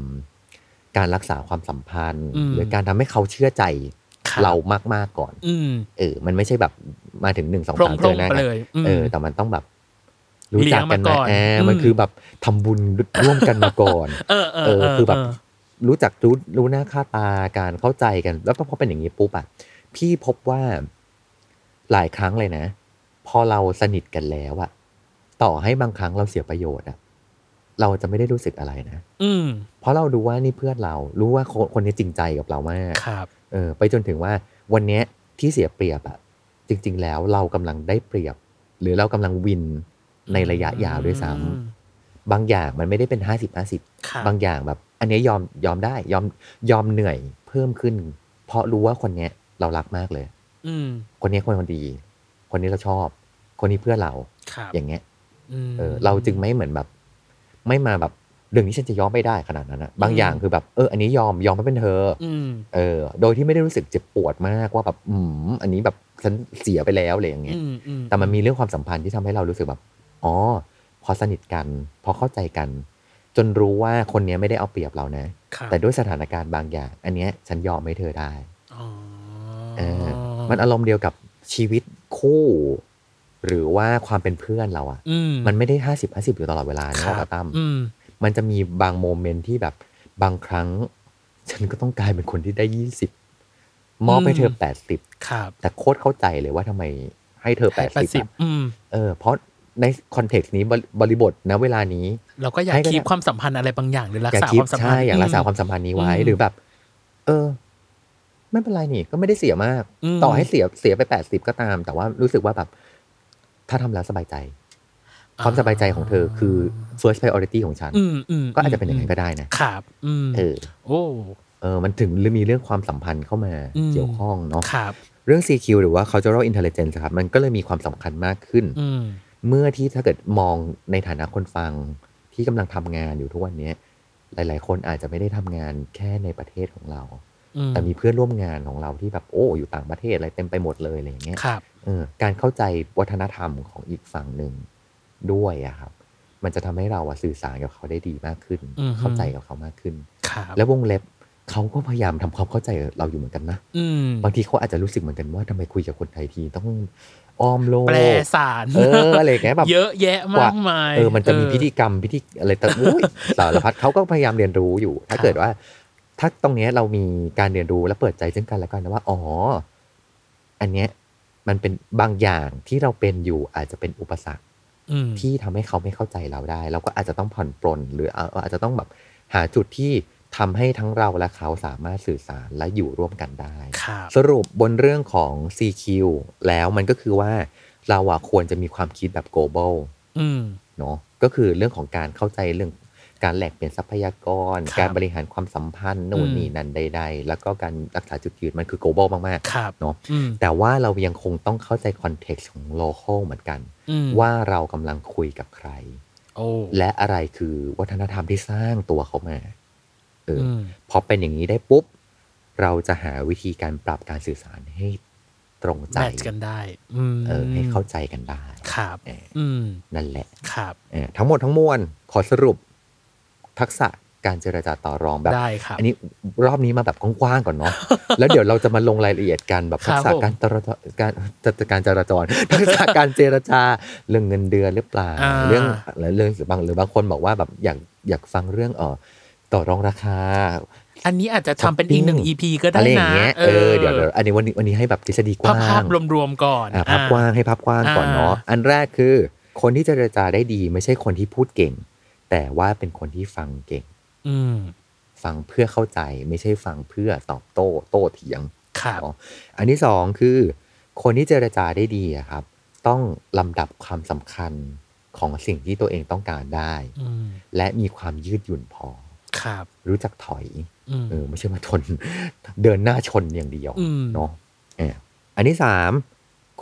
Speaker 2: การรักษาความสัมพันธ์
Speaker 3: อืม
Speaker 2: หรือการทำให้เขาเชื่อใจ
Speaker 3: ครับ
Speaker 2: เรามากๆก่อน
Speaker 3: อืม
Speaker 2: เออ มันไม่ใช่แบบมาถึงหนึ่งสอง
Speaker 3: พร่
Speaker 2: สาง ม
Speaker 3: พ
Speaker 2: เจ
Speaker 3: ร่ง
Speaker 2: อหน้า
Speaker 3: ไป
Speaker 2: กัน
Speaker 3: เลยม
Speaker 2: เออ แต่มันต้องแบบ รู้จักกัน
Speaker 3: เลี้ยงมาก่
Speaker 2: มา
Speaker 3: อน
Speaker 2: เออ
Speaker 3: อืม
Speaker 2: มันคือแบบทำบุญร่วมกันมาก่อน
Speaker 3: เออเออ
Speaker 2: เออ
Speaker 3: เ
Speaker 2: คือแบบ รู้จักรู้รู้หน้าค่าตาการเข้าใจกัน แล้วพอเป็นอย่างนี้ปุ๊บอะพี่พบว่าหลายครั้งเลยนะ พอเราสนิทกันแล้วอะต่อให้บางครั้งเราเสียประโยชน์อะเราจะไม่ได้รู้สึกอะไรนะ
Speaker 3: อืม
Speaker 2: เพราะเราดูว่านี่เพื่อนเรา รู้ว่าคนคนนี้จริงใจกับเรามาก
Speaker 3: ครับ
Speaker 2: เออไปจนถึงว่าวันเนี้ยที่เสียเปรียบอะจริง ๆ แล้วเรากำลังได้เปรียบ หรือเรากำลังวินในระยะยาวด้วยซ้ำ
Speaker 3: อืม
Speaker 2: บางอย่างมันไม่ได้เป็นห้าสิบห้าสิบ
Speaker 3: ครับ
Speaker 2: บางอย่างแบบ อันเนี้ยยอมยอมได้ยอมยอมเหนื่อยเพิ่มขึ้น เพราะรู้ว่าคนเนี้ยเรารักมากเลย
Speaker 3: อืม
Speaker 2: คนเนี้ยคนคนดี คนนี้เราชอบ คนนี้เพื่อนเรา
Speaker 3: ครับ
Speaker 2: อย่างเงี้ย
Speaker 3: ม
Speaker 2: เออเราจึงไม่เหมือนแบบ ไม่มาแบบเรื่องนี้ฉันจะยอมไม่ได้ขนาดนั้นอะบาง
Speaker 3: อืม
Speaker 2: อย่างคือแบบเอออันนี้ยอมยอมไม่เป็นเธอ
Speaker 3: อืม
Speaker 2: เออ โดยที่ไม่ได้รู้สึกเจ็บปวดมากว่าแบบ อืม อันนี้แบบฉันเสียไปแล้วอะไรอย่างเงี้ย
Speaker 3: อืมอืม
Speaker 2: แต่มันมีเรื่องความสัมพันธ์ที่ทำให้เรารู้สึกแบบ อ๋อ พอสนิทกัน พอเข้าใจกัน จนรู้ว่าคนเนี้ยไม่ได้เอาเปรียบเรานะ
Speaker 3: ครับ
Speaker 2: แต่ด้วยสถานการณ์บางอย่าง อันเนี้ยฉันยอมให้เธอได้
Speaker 3: อ๋อ
Speaker 2: เออมันอารมณ์เดียวกับชีวิตคู่ หรือว่าความเป็นเพื่อนเราอะ
Speaker 3: อืม
Speaker 2: มันไม่ได้ห้าสิบห้าสิบอยู่ตลอดเวลานะ
Speaker 3: ค
Speaker 2: ว่า
Speaker 3: รับ
Speaker 2: ปะตั้ม
Speaker 3: อืม
Speaker 2: มันจะมีบางโมเมนต์ที่แบบบางครั้ง ฉันก็ต้องกลายเป็นคนที่ได้ยี่สิบมอบให้เธอ
Speaker 3: ม
Speaker 2: แปดสิบ
Speaker 3: ครับ
Speaker 2: แต่โคตรเข้าใจเลยว่าทำไมให้เธอแปดสิบ
Speaker 3: สิบอืม
Speaker 2: เออเพราะในคอนเท็กซ์นี้บริบริบทนะเวลานี้
Speaker 3: เราก็อยาก
Speaker 2: ให้ก็
Speaker 3: คีบ
Speaker 2: ได้
Speaker 3: ความสัมพันธ์อะไรบางอย่างหรือรัก
Speaker 2: อย่า
Speaker 3: ษา
Speaker 2: คิ
Speaker 3: ค
Speaker 2: ด
Speaker 3: วามสัมพัน
Speaker 2: ใช่
Speaker 3: ธ์
Speaker 2: อย่ารักษาความสัมพันธ์นี้ไว้
Speaker 3: อืม
Speaker 2: หรือแบบ เออ ไม่เป็นไรนี่ก็ไม่ได้เสียมาก
Speaker 3: อืม
Speaker 2: ต่อให้เสียเสียไปแปดสิบก็ตาม แต่ว่ารู้สึกว่าแบบ ถ้าทำแล้วสบายใจ ความสบายใจของเธอคือ first priority ของฉัน
Speaker 3: อืมอืม
Speaker 2: ก็อาจจะเป็นอย่างนั้นก็ได้นะ
Speaker 3: ครับอืม
Speaker 2: เออ
Speaker 3: โอ้
Speaker 2: เออ มันถึงมีเรื่องความสัมพันธ์เข้ามาเกี่ยวข้องเนาะ
Speaker 3: ครับ
Speaker 2: เรื่อง CQ หรือว่า cultural intelligence ครับ มันก็เลยมีความสำคัญมากขึ้น
Speaker 3: อืม
Speaker 2: เมื่อที่ถ้าเกิดมองในฐานะคนฟังที่กำลังทำงานอยู่ทุกวันเนี้ย หลาย ๆ คนอาจจะไม่ได้ทำงานแค่ในประเทศของเรา
Speaker 3: อืม
Speaker 2: แต่มีเพื่อนร่วมงานของเราที่แบบโอ้อยู่ต่างประเทศอะไรเต็มไปหมดเลยอะไรอย่างเงี้ย
Speaker 3: ครับ
Speaker 2: เออการเข้าใจวัฒนธรรมของอีกฝั่งหนึ่งด้วยอะครับ มันจะทำให้เราอะสื่อสารกับเขาได้ดีมากขึ้น
Speaker 3: อือฮึ
Speaker 2: เข้าใจกับเขามากขึ้น
Speaker 3: ครับ
Speaker 2: แล้ววงเล็บเขาก็พยายามทำความเข้าใจเราอยู่เหมือนกันนะ
Speaker 3: อืม
Speaker 2: บางทีเขาอาจจะรู้สึกเหมือนกันว่าทำไมคุยกับคนไทยทีต้องอ้อมโลก
Speaker 3: แปลสาร
Speaker 2: เอออะไรอย่างเงี้ยแบบ
Speaker 3: เยอะแยะมากมาย
Speaker 2: เออมันจะมีพิธีกรรมพิธีอะไรต่างอุ๊ยสารพัดเขาก็พยายามเรียนรู้อยู่ ถ้า
Speaker 3: ครับ
Speaker 2: เกิดว่า ถ้าตรงเนี้ยเรามีการเรียนรู้และเปิดใจซึ่งกันและกันนะว่าอ๋ออันเนี้ยมันเป็นบางอย่างที่เราเป็นอยู่อาจจะเป็นอุปสรรค
Speaker 3: อืม
Speaker 2: ที่ทำให้เขาไม่เข้าใจเราได้ เราก็อาจจะต้องผ่อนปลนหรือเอาอาจจะต้องแบบหาจุดที่ทำให้ทั้งเราและเขาสามารถสื่อสารและอยู่ร่วมกันได้
Speaker 3: ครับ
Speaker 2: สรุปบนเรื่องของ CQ แล้วมันก็คือว่าเราอะควรจะมีความคิดแบบ global
Speaker 3: อืม
Speaker 2: เนาะก็คือเรื่องของการเข้าใจเรื่องการแหลกเปลี่ยนทรัพยากร
Speaker 3: ครับ
Speaker 2: การบริหารความสัมพันธ์นู่น
Speaker 3: อืม
Speaker 2: นี่นั่นใด ๆ แล้วก็การรักษาจุดยืนมันคือ global มาก
Speaker 3: ครับ
Speaker 2: ๆ เนาะ
Speaker 3: อืม
Speaker 2: แต่ว่าเรายังคงต้องเข้าใจคอนเท็กซ์ของ local เหมือนกัน
Speaker 3: อืม
Speaker 2: ว่าเรากำลังคุยกับใคร
Speaker 3: โอ้
Speaker 2: และอะไรคือวัฒนธรรมที่สร้างตัวเขามาเอออ
Speaker 3: อืม
Speaker 2: พอเป็นอย่างนี้ได้ปุ๊บ เราจะหาวิธีการปรับการสื่อสารให้ตรงใจ
Speaker 3: แมทช์กันได้อืม
Speaker 2: เออให้เข้าใจกันได้
Speaker 3: ครับ
Speaker 2: เออ
Speaker 3: อืม
Speaker 2: นั่นแหละ
Speaker 3: ครับ
Speaker 2: เออทั้งหมดทั้งมวลขอสรุป ทักษะการเจรจาต่อรองแบบ
Speaker 3: ได้ครับ
Speaker 2: อันนี้รอบนี้มาแบบกว้างๆก่ อนเนาะ แล้วเดี๋ยวเราจะมาลงรายละเอียดกันแบบ
Speaker 3: ครั
Speaker 2: ทั
Speaker 3: บ
Speaker 2: กษะการจราจรการจัดการจราจ ร ทักษะการเจรจาเรื่องเงินเดือนหรือเปล่า
Speaker 3: อ่า
Speaker 2: เรื่องเรื่องหรือบางหรือบางคนบอกว่าแบบอยากอยากฟังเรื่องเออต่อรองราคา
Speaker 3: อันนี้อาจจะทำเป็นอีกหนึ่ง
Speaker 2: Shopping
Speaker 3: อีพีก็ได้
Speaker 2: อะไรอย่า
Speaker 3: นะ
Speaker 2: งเงี้ยเออเดี๋ยวเดี๋ยวอันนี้วันนี้วันนี้ให้แบบทฤษฎีก
Speaker 3: ภาพ
Speaker 2: ว้าง
Speaker 3: ภาพรวมๆก่อน
Speaker 2: อ่ะภาพกว้าง
Speaker 3: อ่
Speaker 2: ให้ภาพกว้างก่อนเนาะ
Speaker 3: อ่า
Speaker 2: อันแรกคือ คนที่เจรจาได้ดีไม่ใช่คนที่พูดเก่ง แต่ว่าเป็นคนที่ฟังเก่ง
Speaker 3: อืม
Speaker 2: ฟังเพื่อเข้าใจไม่ใช่ฟังเพื่อตอบโต้โต้เถียง
Speaker 3: ครับ
Speaker 2: เนาะอันที่สองคือ คนที่เจรจาได้ดีอะครับ ต้องลำดับความสำคัญของสิ่งที่ตัวเองต้องการได้
Speaker 3: อืม
Speaker 2: และมีความยืดหยุ่นพอ
Speaker 3: ค ครับ
Speaker 2: รู้จักถอย
Speaker 3: อืม
Speaker 2: เออไม่ใช่มาทน เดินหน้าชนอย่างเดียว
Speaker 3: อืม
Speaker 2: เนาะเอออันที่สาม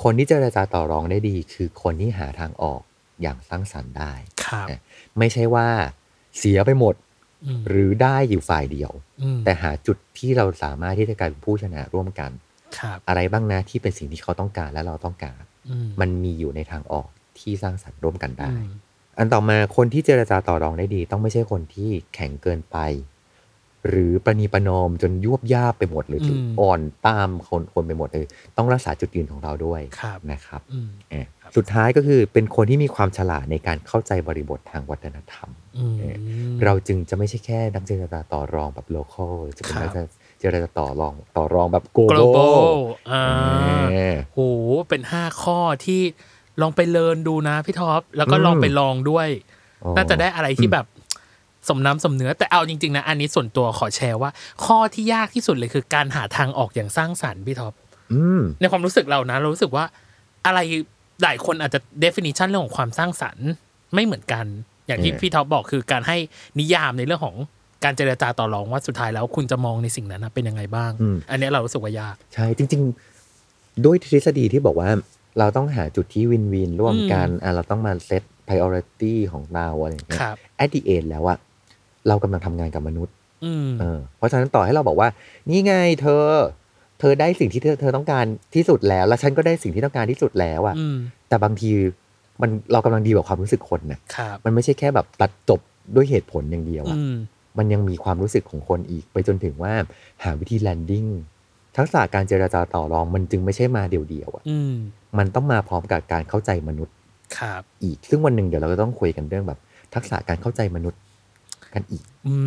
Speaker 2: คนที่เจรจาต่อรองได้ดี คือคนที่หาทางออกอย่างสร้างสรรค์ได้
Speaker 3: ครับ
Speaker 2: ไม่ใช่ว่าเสียไปหมด
Speaker 3: อืม
Speaker 2: หรือได้อยู่ฝ่ายเดียว
Speaker 3: ม
Speaker 2: แต่หาจุดที่เราสามารถที่จะกลายเป็นผู้ชนะร่วมกัน
Speaker 3: ครับ
Speaker 2: อะไรบ้างนะที่เป็นสิ่งที่เขาต้องการและเราต้องการ
Speaker 3: อืม
Speaker 2: มันมีอยู่ในทางออกที่สร้างสรรค์ร่วมกันได้
Speaker 3: อืม
Speaker 2: อันต่อมาคนที่เจรจาต่อรองได้ดี ต้องไม่ใช่คนที่แข็งเกินไป หรือประนีประนอมจนยวบยาบไปหมดหรือออ่อนตามคนคนไปหมดเลยต้องรักษาจุดยืนของเราด้วย
Speaker 3: ครับ
Speaker 2: นะครับ
Speaker 3: อืม
Speaker 2: อ่ะสุดท้ายก็คือเป็นคนที่มีความฉลาดในการเข้าใจบริบททางวัฒนธรรม
Speaker 3: อืม
Speaker 2: เราจึงจะไม่ใช่แค่นักเจรจาต่อรองแบบ local จะเป็น
Speaker 3: ครับ
Speaker 2: นักเจรจาต่อรองต่อรองแบบ global,
Speaker 3: global อ่า
Speaker 2: เออ
Speaker 3: โห เป็นห้าข้อที่ลองไปเลินดูนะพี่ท็อป แล้วก็
Speaker 2: อืม
Speaker 3: ลองไปลองด้วย
Speaker 2: อ๋อ
Speaker 3: น่าจะได้อะไรที่แบบสมน้ำสมเนื้อ แต่เอาจริงๆนะ อันนี้ส่วนตัวขอแชร์ว่า ข้อที่ยากที่สุดเลยคือการหาทางออกอย่างสร้างสรรค์พี่ท็อป
Speaker 2: อืม
Speaker 3: ในความรู้สึกเรานะ เรารู้สึกว่าอะไรหลายคนอาจจะ definition เรื่องของความสร้างสรรค์ไม่เหมือนกัน อย่างที่
Speaker 2: เออ
Speaker 3: พี่ท็อปบอกคือการให้นิยามในเรื่องของการเจรจาต่อรองว่าสุดท้ายแล้วคุณจะมองในสิ่งนั้นนะเป็นยังไงบ้าง อันเนี้ยเรารู้สึกว่ายาก
Speaker 2: ใช่จริง ๆ ด้วยทฤษฎีที่บอกว่า เราต้องหาจุดที่วินวินร่วมกันอ่ะเราต้องมาเซต priority ของเราอะไรอย่างเงี้ย
Speaker 3: ครับ
Speaker 2: at the end แล้วอะเรากำลังทำงานกับมนุษย์
Speaker 3: อืม
Speaker 2: เออเพราะฉะนั้นต่อให้เราบอกว่า นี่ไงเธอ เธอได้สิ่งที่เธอเธอต้องการที่สุดแล้ว และฉันก็ได้สิ่งที่ต้องการที่สุดแล้วอะ
Speaker 3: อืม
Speaker 2: แต่บางทีมันเรากำลังดีกว่าความรู้สึกคนน่ะ
Speaker 3: ครับ
Speaker 2: มันไม่ใช่แค่แบบตัดจบด้วยเหตุผลอย่างเดียวอะ
Speaker 3: อืม
Speaker 2: มันยังมีความรู้สึกของคนอีกไปจนถึงว่าหาวิธีแลนดิ้งทักษะการเจราจาต่อรองมันจึงไม่ใช่มาเดี่ยวๆอะ
Speaker 3: อืม
Speaker 2: มันต้องมาพร้อมกับการเข้าใจมนุษย์
Speaker 3: ครับ
Speaker 2: อีก ซึ่งวันหนึ่งเดี๋ยวเราก็ต้องคุยกันเรื่องแบบ ทักษะการเข้าใจมนุษย์กันอีก
Speaker 3: อื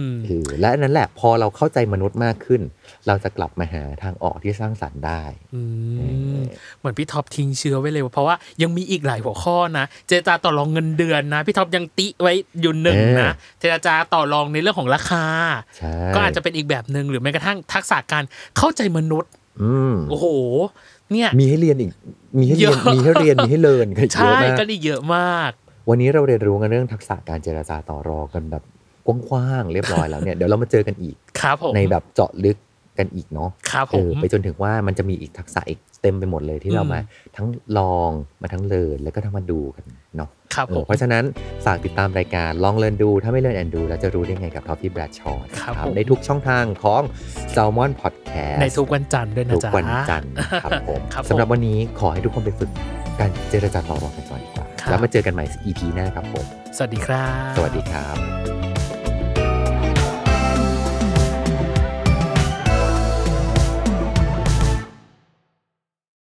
Speaker 3: ม
Speaker 2: เออและอันนั้นแหละพอเราเข้าใจมนุษย์มากขึ้น เราจะกลับมาหาทางออกที่สร้างสรรค์ได้
Speaker 3: อื
Speaker 2: เอ
Speaker 3: ม
Speaker 2: อ
Speaker 3: เหมือนพี่ท็อปทิ้งเชื้อไว้เลยเพราะว่ายังมีอีกหลายหัวข้อนะ เจรจาต่อรองเงินเดือนนะ พี่ท็อปยังติไว้อยู่หนึ่งนะ เจรจาต่อรองในเรื่องของราคา
Speaker 2: ใช่
Speaker 3: ก็อาจจะเป็นอีกแบบหนึ่งหรือแม้กระทั่งทักษะการเข้าใจมนุษย์
Speaker 2: อืม
Speaker 3: โอ้โห เนี่ย
Speaker 2: มีให้เรียนอีก มีให้เรียน
Speaker 3: เยอะ
Speaker 2: มีให้เรียนมีให้เรียนมีให้เรียนกันอีกเย
Speaker 3: ใช่
Speaker 2: อะมาก
Speaker 3: ก็ได้เยอะมาก
Speaker 2: วันนี้เราเรียนรู้กันเรื่องทักษะการเจราจาต่อรองกันแบบกว้างๆเรียบร้อยแล้วเนี่ยเดี๋ยวเรามาเจอกันอีก
Speaker 3: ครับผม
Speaker 2: ในแบบเจาะลึกกันอีกเนาะ
Speaker 3: ครับผ
Speaker 2: เออ
Speaker 3: ม
Speaker 2: ไปจนถึงว่ามันจะมีอีกทักษะอีกเต็มไปหมดเลยที่เรา
Speaker 3: อืม
Speaker 2: มาทั้งลองมาทั้งเลินแล้วก็ทั้งมาดูกันเนาะ
Speaker 3: ครับ
Speaker 2: เอ
Speaker 3: ผ
Speaker 2: อ
Speaker 3: ม
Speaker 2: เพราะฉะนั้นฝากติดตามรายการลองเลินดู ถ้าไม่เลินแอนดู แล้วจะรู้ได้ไงกับท็อปฟี่แบรดชอร์
Speaker 3: ครับผม
Speaker 2: ในทุกช่องทางของ s ซ l m o n Podcast
Speaker 3: ในทุกวันจันทร์ด้วยนะ
Speaker 2: ทุก
Speaker 3: จ๊ะ
Speaker 2: วันจันทร์ครับผม
Speaker 3: ครับผม
Speaker 2: สำหรับวันนี้ขอให้ทุกคนไปฝึกการเจรจาต่อรองกันก่อนดีกว่า
Speaker 3: ครับ
Speaker 2: แล้วมาเจอกันใหม่ EP หน้าครับผม
Speaker 3: สวัสดีครับ
Speaker 2: สวัสดีครับ